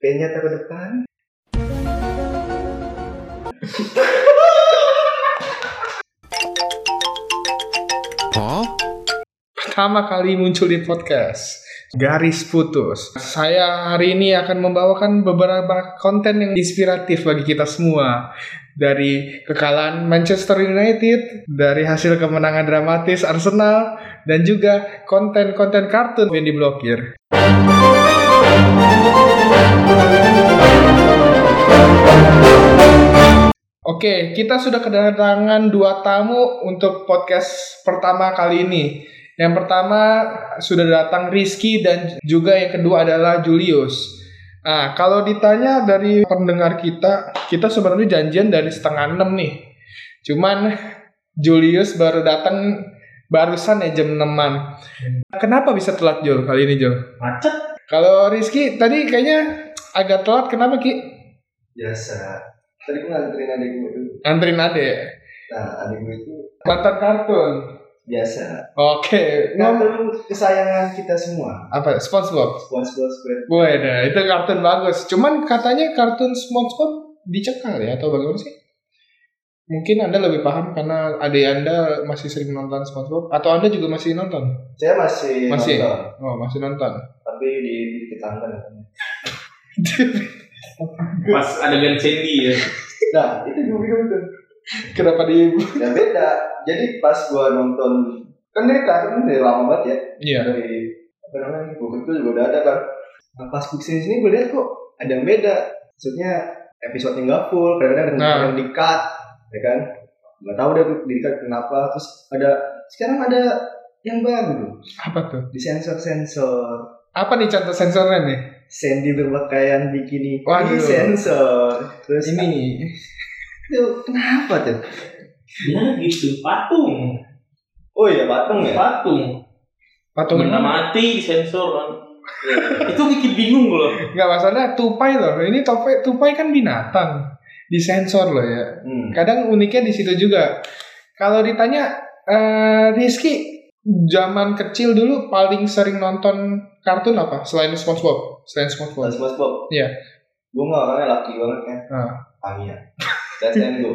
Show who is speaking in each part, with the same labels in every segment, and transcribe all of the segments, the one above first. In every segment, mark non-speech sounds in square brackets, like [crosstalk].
Speaker 1: Kayaknya taruh depan.
Speaker 2: pertama kali muncul di podcast Garis Putus. Saya hari ini akan membawakan beberapa konten yang inspiratif bagi kita semua. Dari kekalahan Manchester United, dari hasil kemenangan dramatis Arsenal, dan juga konten-konten kartun yang diblokir. Oke, kita sudah kedatangan dua tamu untuk podcast pertama kali ini. Yang pertama sudah datang Rizky dan juga yang kedua adalah Julius. Nah, kalau ditanya dari pendengar kita, kita sebenarnya janjian dari setengah enam nih. Cuman Julius baru datang barusan ya jam 6 Kenapa bisa telat Jul kali ini Jul?
Speaker 1: Macet.
Speaker 2: Kalau Rizky tadi kayaknya agak telat, kenapa Ki?
Speaker 1: Biasa. Tadi gue nganterin adik gue dulu.
Speaker 2: Anterin adek.
Speaker 1: Nah, adik gue itu
Speaker 2: Nonton kartun.
Speaker 1: biasa.
Speaker 2: Oke.
Speaker 1: Nah,
Speaker 2: Ngom-
Speaker 1: dulu kesayangan kita semua.
Speaker 2: Apa? SpongeBob.
Speaker 1: SpongeBob SquarePants.
Speaker 2: Wah, nah, itu kartun bagus. Cuman katanya kartun SpongeBob dicekal ya atau bagaimana sih? Mungkin Anda lebih paham karena adik Anda masih sering nonton SpongeBob atau Anda juga masih nonton?
Speaker 1: Saya masih,
Speaker 2: Masih.
Speaker 1: nonton,
Speaker 2: Oh, masih nonton. [laughs]
Speaker 1: tapi di di tetangga nontonnya.
Speaker 3: Pas adegan Sandy ya.
Speaker 1: Nah, itu gue bingung tuh.
Speaker 2: Kenapa di
Speaker 1: Ya beda. Jadi pas gue nonton kan dari kartun dari lama banget ya.
Speaker 2: Iya.
Speaker 1: dari apa namanya buku itu juga udah ada kan nah, pas book series ini gue lihat kok ada yang beda maksudnya episode yang nggak full kadang-kadang ada
Speaker 2: Nah.
Speaker 1: yang di cut ya kan nggak tahu deh di cut kenapa terus ada sekarang ada yang baru
Speaker 2: Apa tuh?
Speaker 1: di sensor sensor
Speaker 2: Apa nih contoh sensornya nih?
Speaker 1: Sandy berpakaian bikini
Speaker 2: Waduh.
Speaker 1: di sensor terus
Speaker 2: Ini.
Speaker 1: itu kenapa tuh
Speaker 3: Ya gitu, patung.
Speaker 1: oh iya patung ya
Speaker 3: Patung.
Speaker 2: Patung
Speaker 3: Benda mati sensor kan. itu bikin bingung loh.
Speaker 2: Enggak masalah tupai loh. Ini tupai tupai kan binatang. Disensor loh ya.
Speaker 1: hmm.
Speaker 2: kadang uniknya di situ juga kalau ditanya eh, Rizky zaman kecil dulu paling sering nonton kartun apa selain SpongeBob selain
Speaker 1: Mas
Speaker 2: SpongeBob
Speaker 1: Mas Bob
Speaker 2: Iya.
Speaker 1: gue mah orangnya laki banget kan
Speaker 2: Ah.
Speaker 1: Tamiya Let's and go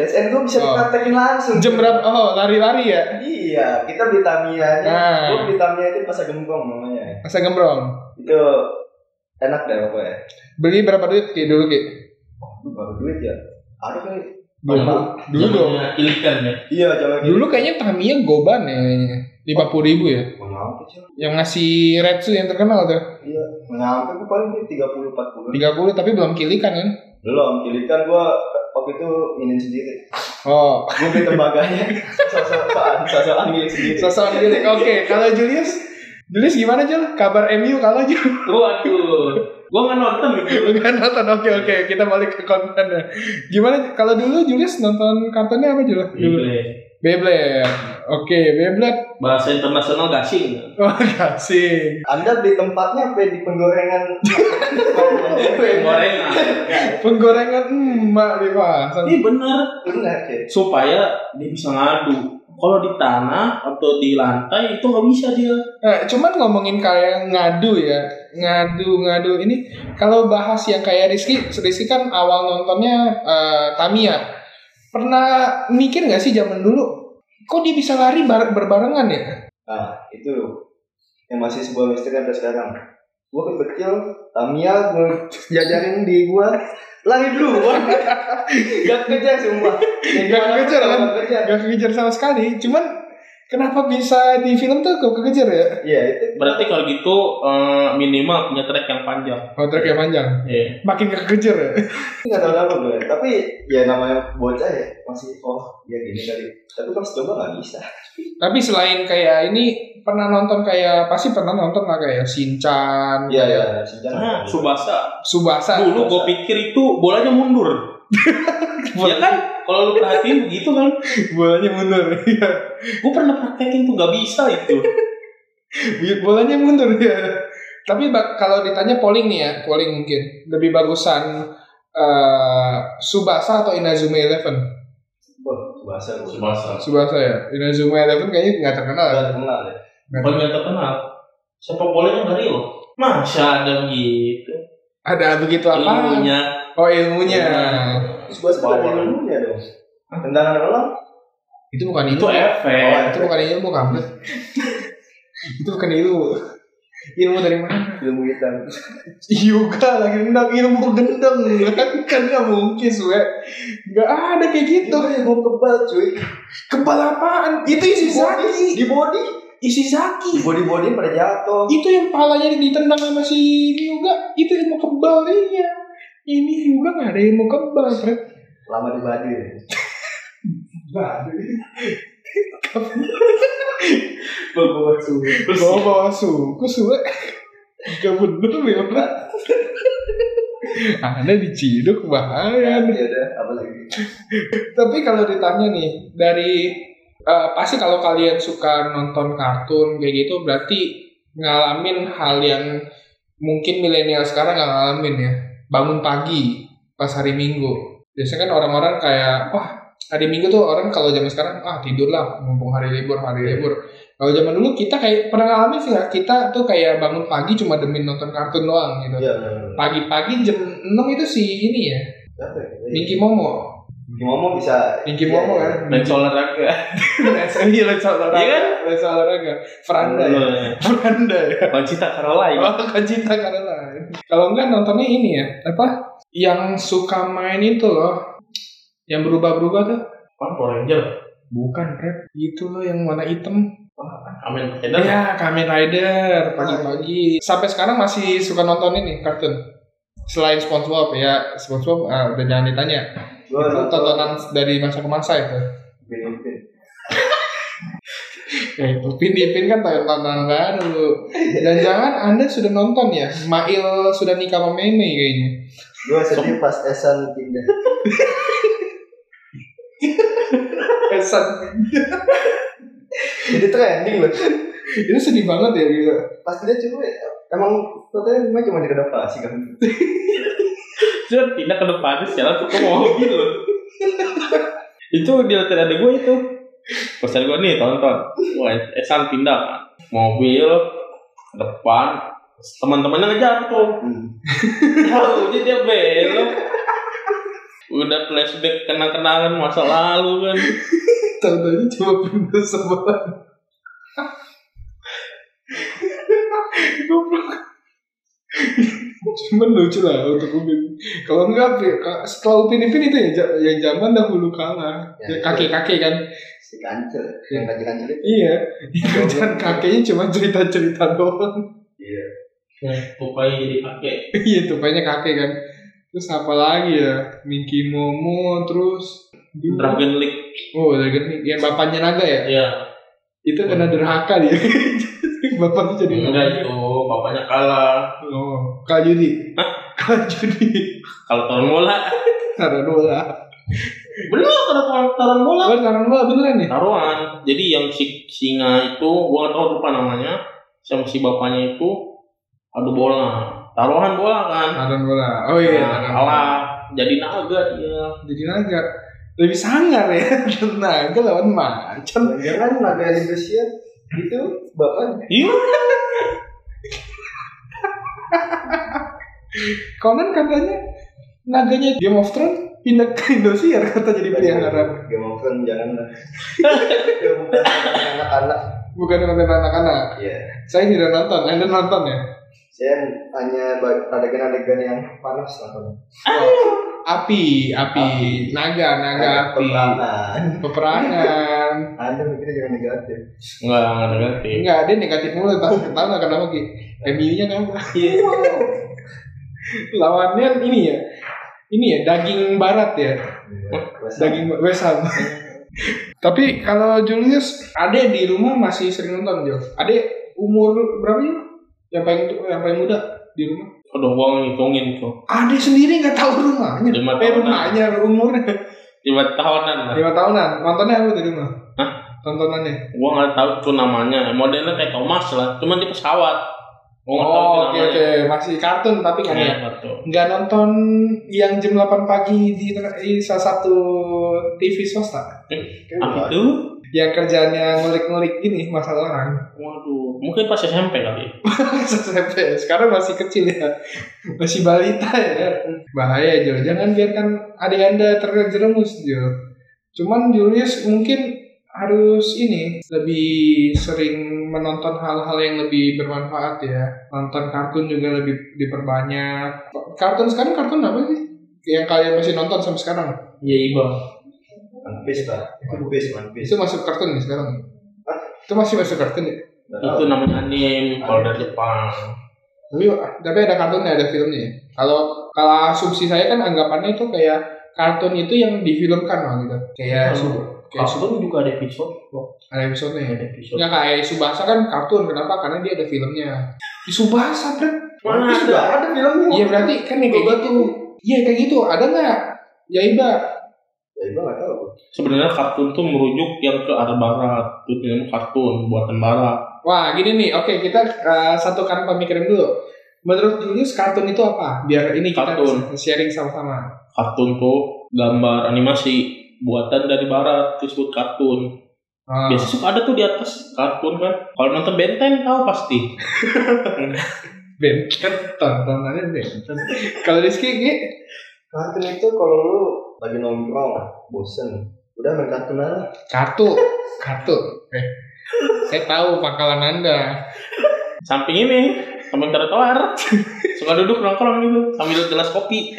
Speaker 1: Let's and go bisa
Speaker 2: Oh.
Speaker 1: dipraktekin langsung
Speaker 2: jam berapa oh lari-lari ya
Speaker 1: Iya kita beli Tamiya nya
Speaker 2: Ah.
Speaker 1: Gue beli Tamiya itu pas gempong namanya
Speaker 2: masa gembrong
Speaker 1: Itu enak deh pokoknya
Speaker 2: beli berapa duit ki dulu ki
Speaker 1: Lu baru duit ya Ada kali
Speaker 2: dulu
Speaker 1: Apa?
Speaker 2: dulu dong
Speaker 3: Zamannya Ilikan ya.
Speaker 1: Iya jangan gitu
Speaker 2: dulu kayaknya Tamiya goban ya lima puluh ribu ya
Speaker 1: Mau nyampe cuy
Speaker 2: yang ngasih Retsu yang terkenal tuh
Speaker 1: Iya Mau nyampe gue paling duit 30-40
Speaker 2: tiga puluh tapi belum kilikan kan
Speaker 1: Belum Kilikan gue waktu itu nginin sendiri
Speaker 2: oh
Speaker 1: Gue beli
Speaker 2: [laughs]
Speaker 1: tembaganya Sosok-sosokan Sosok giling sendiri
Speaker 2: sosok Julius [laughs] oke kalau Julius Julius gimana Jul kabar MU kalah Jul
Speaker 3: Waduh. Gua nggak nonton itu.
Speaker 2: Bukan nonton, oke oke kita balik ke kontennya. Gimana kalau dulu Julius nonton kartunnya apa Julius? Dulu.
Speaker 3: Gile.
Speaker 2: Beyblade. Oke, Beyblade. [laughs]
Speaker 3: Bahasa internasional gasing.
Speaker 2: Oh, kasih.
Speaker 1: Anda beli tempatnya apa di penggorengan? Iya.
Speaker 3: Gorengan.
Speaker 2: Penggorengan emak di pasar.
Speaker 3: Ini bener
Speaker 1: Benar, Cek.
Speaker 3: supaya dia bisa ngadu. Kalau di tanah atau di lantai itu nggak bisa dia.
Speaker 2: Eh, cuman ngomongin kayak ngadu ya. Ngadu, ngadu ini kalau bahas yang kayak Rizky, Rizky kan awal nontonnya eh, Tamiya. Pernah mikir nggak sih zaman dulu kok dia bisa lari bar- berbarengan ya?
Speaker 1: Nah, itu yang masih sebuah misteri sampai sekarang. Gua kecil, Tamiya gue jajarin di gua lari dulu, gua gak kejar semua.
Speaker 2: Gak kejar, kan?
Speaker 1: Gak kejar.
Speaker 2: Gak kekejar sama sekali. Cuman kenapa bisa di film tuh kok kekejar ya?
Speaker 1: Iya itu.
Speaker 3: Berarti kalau gitu eh, minimal punya trek yang panjang.
Speaker 2: Kontrak yang panjang.
Speaker 3: Iya.
Speaker 2: Makin gak kekejar ya.
Speaker 1: Gak tahu kenapa gue. Tapi ya namanya bocah ya masih oh ya gini kali. Tapi kan coba nggak bisa.
Speaker 2: Tapi selain kayak ini pernah nonton kayak pasti pernah nonton lah kayak Shinchan,
Speaker 1: Iya ya.
Speaker 2: kayak
Speaker 3: Nah,
Speaker 1: Senjata.
Speaker 3: Subasa
Speaker 2: Subasa.
Speaker 3: Dulu gue pikir itu bolanya mundur. ya kan? Kalau lu perhatiin begitu kan.
Speaker 2: [laughs] Bolanya mundur. Iya.
Speaker 3: Gue pernah praktekin tuh gak bisa itu.
Speaker 2: Bolanya mundur ya. Tapi bak- kalau ditanya polling nih ya, polling mungkin lebih bagusan eh, Subasa atau Inazuma Eleven?
Speaker 1: Bahasa gue.
Speaker 3: Subasa.
Speaker 2: Subasa ya. Inazuma Eleven kayaknya nggak terkenal.
Speaker 1: Gak kenal ya.
Speaker 3: Kalau yang terkenal sepak bolanya nggak real masa ada gitu
Speaker 2: Ada begitu apa?
Speaker 3: ilmunya
Speaker 2: Oh ilmunya.
Speaker 1: Terus gua sebut
Speaker 3: Bawah.
Speaker 1: ilmunya dong. Tendangan orang
Speaker 2: Itu bukan
Speaker 3: itu
Speaker 2: ilmu.
Speaker 1: Oh,
Speaker 3: efek
Speaker 2: Itu bukan ilmu kampret. itu bukan ilmu. Ilmu dari mana?
Speaker 1: ilmu hitam.
Speaker 2: Yoga lagi gendang, ilmu gendang kan nggak mungkin suwe. Nggak ada kayak gitu.
Speaker 1: Itu ilmu kebal cuy.
Speaker 2: Kebal apaan? Itu isi zaki.
Speaker 1: Di body,
Speaker 2: Isi zaki.
Speaker 1: di body body pada jatuh.
Speaker 2: itu yang palanya ditendang sama si Hyuga itu ilmu kebal iya ini Hyuga nggak ada ilmu kebal Fred
Speaker 1: Lama di body.
Speaker 3: bawa terus
Speaker 2: bawa bawa suku suwe gak bener ya Fred anda diciduk
Speaker 1: Ya
Speaker 2: bahaya
Speaker 1: udah, apa lagi?
Speaker 2: tapi kalau ditanya nih dari eh, pasti kalau kalian suka nonton kartun kayak gitu berarti ngalamin hal yang mungkin milenial sekarang nggak ngalamin ya bangun pagi pas hari minggu biasanya kan orang-orang kayak wah hari minggu tuh orang kalau zaman sekarang ah tidur lah mumpung hari libur hari libur kalau zaman dulu kita kayak pernah ngalamin sih nggak? kita tuh kayak bangun pagi cuma demi nonton kartun doang gitu
Speaker 1: Iya, benar.
Speaker 2: pagi-pagi jam 6 itu si ini ya
Speaker 1: Apa ya?
Speaker 2: Minky Momo
Speaker 1: Minky Momo bisa.
Speaker 2: Pinky
Speaker 1: Iya,
Speaker 2: Momo
Speaker 1: iya.
Speaker 2: kan.
Speaker 3: dan olahraga
Speaker 2: Les ini les olahraga.
Speaker 3: Iya kan? Iya.
Speaker 2: Les olahraga. Veranda ya.
Speaker 3: Loh,
Speaker 2: Veranda ya.
Speaker 3: Pancita Caroline
Speaker 2: Oh, cinta karena lain. Kalau enggak nontonnya ini ya, apa? Yang suka main itu loh. Yang berubah-berubah tuh.
Speaker 3: Pan Power Ranger
Speaker 2: Bukan, Fred. Itu loh yang warna hitam.
Speaker 3: Amin Rider
Speaker 2: Iya, Kamen Rider pagi-pagi. Sampai sekarang masih suka nonton ini kartun. Selain SpongeBob ya, SpongeBob ah, udah jangan ditanya.
Speaker 1: Gua
Speaker 2: itu
Speaker 1: nonton
Speaker 2: tontonan dari masa ke masa itu.
Speaker 1: Benefit.
Speaker 2: Ya itu Pin Ipin kan tontonan baru. Dan jangan Anda sudah nonton ya. Mail sudah nikah sama Meme kayaknya.
Speaker 1: Gua sedih pas Esan pindah.
Speaker 2: Kesan.
Speaker 1: Jadi trending loh.
Speaker 2: Itu sedih banget ya gitu.
Speaker 1: Pas dia cuma emang totalnya cuma cuma direnovasi kan.
Speaker 3: Cuma pindah ke depan Sekarang tuh mau mobil loh Itu di latihan ada gue itu Pesan gue nih tonton Wah Esan pindah kan Mobil ke Depan Teman-temannya ngejar tuh
Speaker 1: Hmm.
Speaker 3: Tahu jadi dia belok Udah flashback kenang-kenangan masa lalu kan
Speaker 2: Tontonnya cuma pintu sebelah. Goblok. Cuman lucu lah untuk Upin. Kalau enggak Pi- setelah Upin Ipin itu ya ja- ya zaman dahulu kala.
Speaker 1: Ya,
Speaker 2: Ya, kakek-kakek kan.
Speaker 1: Si kancil, yang kancil kancil itu.
Speaker 2: Iya. Kerjaan kakeknya cuma cerita-cerita doang.
Speaker 1: Iya.
Speaker 3: Pokoknya jadi pakai
Speaker 2: Iya tupanya kakek kan Terus apa lagi ya Minky Momo Terus Duh.
Speaker 3: Dragon League
Speaker 2: Oh Dragon League. Yang bapaknya naga ya
Speaker 3: Iya
Speaker 2: Itu kena derhaka dia [laughs] Bapaknya jadi
Speaker 3: Enggak itu Bapaknya kalah
Speaker 2: Oh Kak Judi Kak Judi
Speaker 3: Kalau tahun bola
Speaker 2: Taruh bola
Speaker 3: Bener kalau tahun bola
Speaker 2: Oh taruh bola beneran ya
Speaker 3: taruhan jadi yang si singa itu gua nggak tahu lupa namanya sama si bapaknya itu adu bola taruhan bola kan
Speaker 2: Taruh bola Oh iya
Speaker 3: nah,
Speaker 2: taruhan bola.
Speaker 3: kalah jadi naga dia
Speaker 2: Jadi naga Lebih sangar ya [laughs] Naga lawan macan
Speaker 1: Jangan naga Indonesia itu bapaknya.
Speaker 3: iya
Speaker 2: Conan katanya Naganya Game of Thrones Pindah ke Indosiar Kata jadi pelihara
Speaker 1: Gak mau kan jangan [laughs] lah. Itu bukan anak-anak.
Speaker 2: Bukan konten anak-anak
Speaker 1: Iya.
Speaker 2: Saya tidak nonton, Anda nonton ya?
Speaker 1: Saya hanya ba- adegan-adegan yang panas lah. kalau.
Speaker 2: Api, api, naga, naga, api,
Speaker 1: Pertahanan.
Speaker 2: [laughs] peperangan.
Speaker 1: Anda mikirnya jangan negatif.
Speaker 3: nggak nggak ngerti
Speaker 2: Enggak, dia negatif mulu pas pertama kenapa Ki? MU-nya kenapa? [laughs] Lawannya ini ya. Ini ya daging barat ya,
Speaker 1: Iya, kelas-
Speaker 2: daging ba- West Ham. Tapi kalau Julius, Ade di rumah masih sering nonton, Jo. Ade umur berapa ya? Yang paling tu- yang paling muda di rumah.
Speaker 3: udah gua ngitungin tuh
Speaker 2: Ade sendiri nggak tahu rumahnya.
Speaker 3: Lima
Speaker 2: eh,
Speaker 3: tahunan.
Speaker 2: rumahnya umurnya.
Speaker 3: lima tahunan lah
Speaker 2: lima tahunan nontonnya apa di rumah
Speaker 3: Hah?
Speaker 2: tontonannya
Speaker 3: gua nggak tahu tuh namanya modelnya kayak Thomas lah cuman di pesawat gua nggak tahu
Speaker 2: oh oke
Speaker 3: itu
Speaker 2: oke
Speaker 3: namanya
Speaker 2: masih kartun tapi kan
Speaker 3: Iya,
Speaker 2: ya
Speaker 3: nggak tahu.
Speaker 2: nggak nonton yang jam 8 pagi di, di salah satu TV swasta
Speaker 1: Kan
Speaker 3: Apa
Speaker 2: Iya.
Speaker 1: gua-
Speaker 3: itu?
Speaker 2: yang kerjaannya ngulik-ngulik gini masalah orang.
Speaker 3: Waduh, mungkin pas SMP kali.
Speaker 2: [laughs] SMP sekarang masih kecil ya, masih balita ya. Bahaya Jo, jangan biarkan adik anda terjerumus Jo. Cuman Julius mungkin harus ini lebih sering menonton hal-hal yang lebih bermanfaat ya. Nonton kartun juga lebih diperbanyak. Kartun sekarang kartun apa sih? Yang kalian masih nonton sampai sekarang?
Speaker 3: Iya, Iba.
Speaker 1: One Piece pak, itu One Piece, One Piece.
Speaker 2: Itu masuk kartun nih sekarang.
Speaker 1: Hah?
Speaker 2: Itu masih masuk kartun ya?
Speaker 1: Nggak tahu.
Speaker 3: Itu nah. namanya anime kalau dari Jepang.
Speaker 2: Tapi, tapi ada kartunnya, ada filmnya. ya? Kalau kalau asumsi saya kan anggapannya itu kayak kartun itu yang difilmkan lah gitu. Kayak
Speaker 3: Hmm.
Speaker 2: su- kayak su-
Speaker 3: Kalau juga ada episode, kok.
Speaker 2: ada episode ya.
Speaker 3: ada episode.
Speaker 2: Enggak kayak Subasa kan kartun, kenapa? Karena dia ada filmnya. Subasa kan?
Speaker 1: One Piece
Speaker 3: Mana
Speaker 1: juga
Speaker 3: ada?
Speaker 1: ada filmnya.
Speaker 2: Iya berarti kan ya kayak
Speaker 1: Obat
Speaker 2: gitu. Iya kayak gitu. Ada nggak? Ya Iba.
Speaker 1: Ya gue nggak tahu.
Speaker 3: Sebenarnya kartun tuh merujuk yang ke arah barat. Itu film kartun buatan barat.
Speaker 2: Wah gini nih. Oke kita eh, satukan pemikiran dulu. Menurut Julius kartun itu apa? Biar ini kita
Speaker 3: Kartun.
Speaker 2: sharing sama-sama.
Speaker 3: Kartun tuh gambar animasi buatan dari barat disebut kartun.
Speaker 2: Ah.
Speaker 3: Biasa suka ada tuh di atas kartun kan. Kalau nonton Benten tahu pasti.
Speaker 2: Benten tontonannya Benten kalau Rizky Ki,
Speaker 1: Kartun itu kalau lu lagi nongkrong, bosen, udah main kartun aja.
Speaker 2: kartu kartu eh saya tahu pangkalan anda
Speaker 3: Samping ini temen trotoar [laughs] suka duduk nongkrong gitu sambil gelas kopi.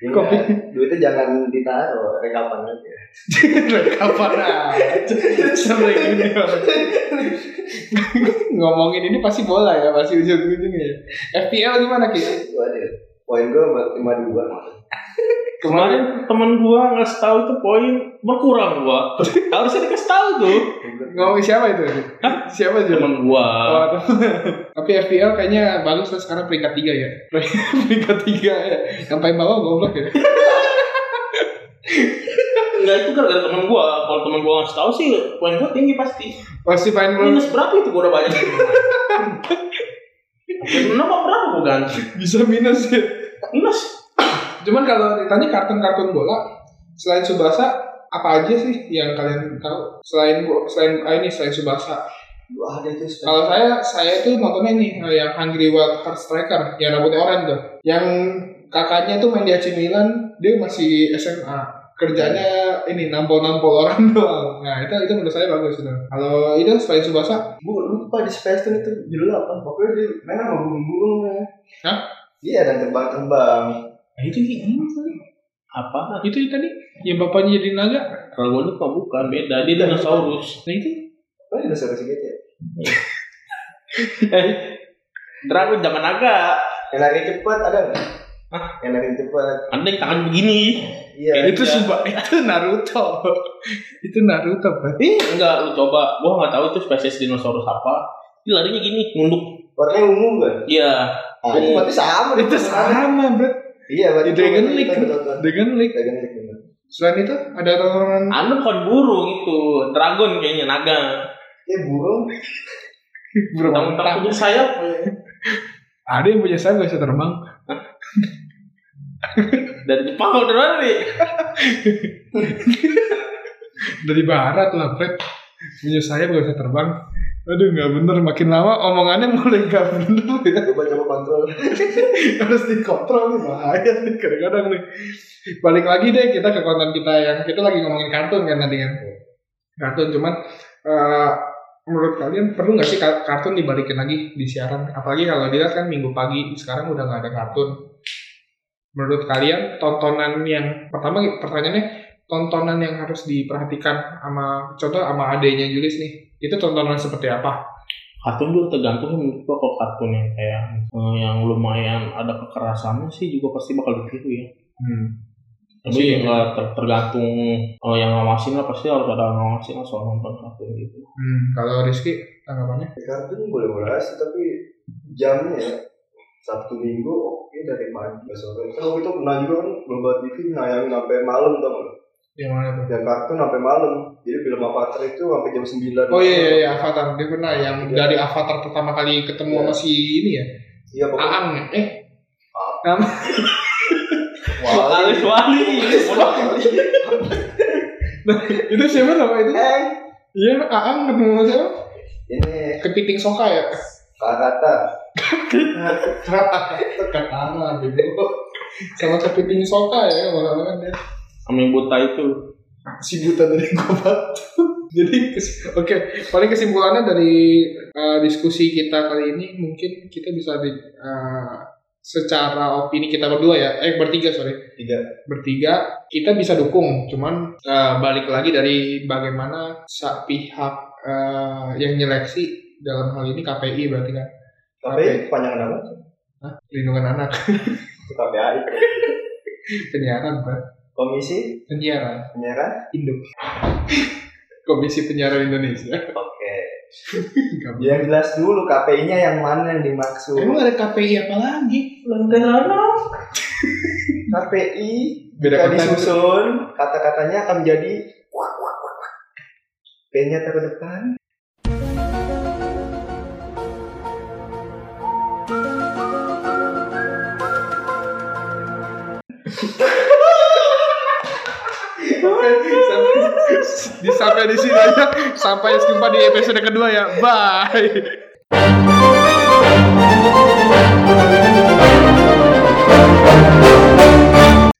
Speaker 1: Ya,
Speaker 2: Kopi.
Speaker 1: Duitnya jangan ditaruh, rekapan aja.
Speaker 2: kapan aja sering ini orang. ngomongin ini pasti bola ya pasti ujung-ujungnya ya. FPL gimana Ki?
Speaker 1: Itu aja. Poin gue lima dua.
Speaker 3: Kemarin temen gua ngasih tahu tuh poin berkurang gua. [laughs] Harusnya dikasih tahu tuh.
Speaker 2: ngomongin siapa itu siapa juga
Speaker 3: Temen gua.
Speaker 2: tapi FPL kayaknya bagus lah sekarang peringkat tiga ya peringkat tiga ya yang paling bawah goblok ya
Speaker 3: Enggak itu gara-gara temen gua. Kalau temen gua ngasih tahu sih poin gua tinggi pasti.
Speaker 2: pasti main bola
Speaker 3: Minus berapa itu gua udah banyak. [laughs] Nomor berapa gua ganti?
Speaker 2: bisa minus ya
Speaker 3: Minus.
Speaker 2: Cuman kalau ditanya kartun-kartun bola selain Subasa apa aja sih yang kalian tahu selain selain ah ini selain Subasa
Speaker 1: Gue ada itu spek.
Speaker 2: kalau saya saya itu nontonnya nih eh, yang Hungry Wild Heart Striker yang rambutnya oranye tuh yang kakaknya tuh main di AC Milan dia masih SMA kerjanya ini nampol-nampol orang [laughs] doang nah itu itu menurut saya bagus itu kalau itu selain Subasa
Speaker 1: Gue lupa di Spacetoon itu judul apa. Pokoknya dia main sama burung-burung ya.
Speaker 2: Hah?
Speaker 1: Iya dan terbang-terbang.
Speaker 3: Nah, itu sih. Apa?
Speaker 2: itu tadi yang bapaknya jadi naga
Speaker 3: Dragon itu bukan beda. Dia dinosaurus.
Speaker 2: nah itu
Speaker 1: Kok ada suara segitu ya?
Speaker 3: Eh, Dragon zaman naga.
Speaker 1: Yang lari cepat ada nggak? Hah? Yang lari cepat.
Speaker 3: Ada yang tangan begini.
Speaker 1: Iya.
Speaker 3: Kayak
Speaker 2: itu
Speaker 3: Iya.
Speaker 2: Suba [laughs] itu Naruto [laughs] itu Naruto Pak.
Speaker 3: Ih, enggak lu coba. Gua nggak tahu itu spesies dinosaurus apa. Dia larinya gini, nunduk.
Speaker 1: Warnanya ungu kan?
Speaker 3: Iya.
Speaker 1: Ah, itu
Speaker 3: Ungu.
Speaker 1: berarti sama.
Speaker 2: itu sama bro
Speaker 1: Iya, berarti
Speaker 2: Di Dragon League.
Speaker 1: Betul-betul.
Speaker 2: Dragon League
Speaker 1: Dragon League. bener.
Speaker 2: Selain itu ada tontonan
Speaker 3: Anu bukan burung itu, dragon kayaknya naga.
Speaker 1: Ya burung.
Speaker 2: berbang
Speaker 3: Tentang punya sayap.
Speaker 2: Nah, Ada yang punya saya gak bisa terbang.
Speaker 3: Dari Jepang kalau dari mana nih?
Speaker 2: Dari barat lah, Fred. Punya saya gak bisa terbang. Aduh nggak bener, makin lama omongannya mulai nggak bener ya.
Speaker 1: Coba-coba kontrol.
Speaker 2: [laughs] Harus dikontrol nih, bahaya nih kadang-kadang nih. Balik lagi deh kita ke konten kita yang kita lagi ngomongin kartun kan tadi kan. Kartun cuman eh, menurut kalian perlu nggak sih ka- kartun dibalikin lagi di siaran? Apalagi kalau dilihat kan minggu pagi sekarang udah nggak ada kartun. Menurut kalian tontonan yang pertama pertanyaannya tontonan yang harus diperhatikan sama contoh sama adenya Julius nih itu tontonan seperti apa?
Speaker 3: Kartun juga tergantung sih menurut gua kalau kartun yang kayak eh, yang lumayan ada kekerasannya sih juga pasti bakal ditiru ya.
Speaker 2: Pasti
Speaker 3: Tapi
Speaker 2: ya.
Speaker 3: nggak ter- tergantung eh, yang ngawasin lah pasti harus ada yang ngawasin lah soal nonton kartun gitu.
Speaker 2: Hmm, kalau Rizky tanggapannya?
Speaker 1: Kartun boleh-boleh aja, tapi jamnya ya. Sabtu minggu oke dari pagi ke sore. Kan waktu itu pernah juga kan Global TV nayangin sampai malam tau nggak?
Speaker 2: Yang mana tuh?
Speaker 1: Yang kartun sampai malam. Jadi film Avatar itu sampai jam 9.
Speaker 2: Oh iya iya, iya Avatar dia pernah yang
Speaker 1: Iya.
Speaker 2: dari Avatar pertama kali ketemu
Speaker 1: Iya.
Speaker 2: sama si ini ya
Speaker 1: Iya pokoknya.
Speaker 2: Aang ya eh [laughs]
Speaker 3: Alis wali.
Speaker 1: Wali.
Speaker 2: itu siapa nama itu?
Speaker 1: Eng.
Speaker 2: Iya, Aang ketemu siapa?
Speaker 1: Ini
Speaker 2: Kepiting Soka ya?
Speaker 1: Karata.
Speaker 2: Kenapa? Ketama, bego. Sama kepiting Soka ya, malah kan dia.
Speaker 3: sama yang buta itu
Speaker 2: si buta dari gua batu. [laughs] Jadi kes- oke, paling kesimpulannya dari uh, diskusi kita kali ini mungkin kita bisa di, uh, secara opini kita berdua ya, eh bertiga sorry,
Speaker 1: Tiga.
Speaker 2: bertiga kita bisa dukung, cuman uh, balik lagi dari bagaimana sa pihak uh, yang nyeleksi dalam hal ini KPI berarti kan
Speaker 1: KPI panjang nama?
Speaker 2: Hah? perlindungan anak [laughs]
Speaker 1: KPI.
Speaker 2: penyiaran Pak.
Speaker 1: ya, Komisi kan?
Speaker 2: penyiaran
Speaker 1: penyiaran.
Speaker 2: Indo [laughs] Komisi Penyiaran Indonesia [laughs]
Speaker 1: Oke. Yang jelas dulu KPI-nya yang mana yang dimaksud?
Speaker 2: Emang ada KPI apa lagi?
Speaker 3: langgaran
Speaker 1: KPI
Speaker 2: Beda
Speaker 1: jika
Speaker 2: konten.
Speaker 1: disusun kata-katanya akan menjadi P-nya terdepan.
Speaker 2: sampai, di sampai di sini aja. Sampai jumpa di episode kedua ya. Bye.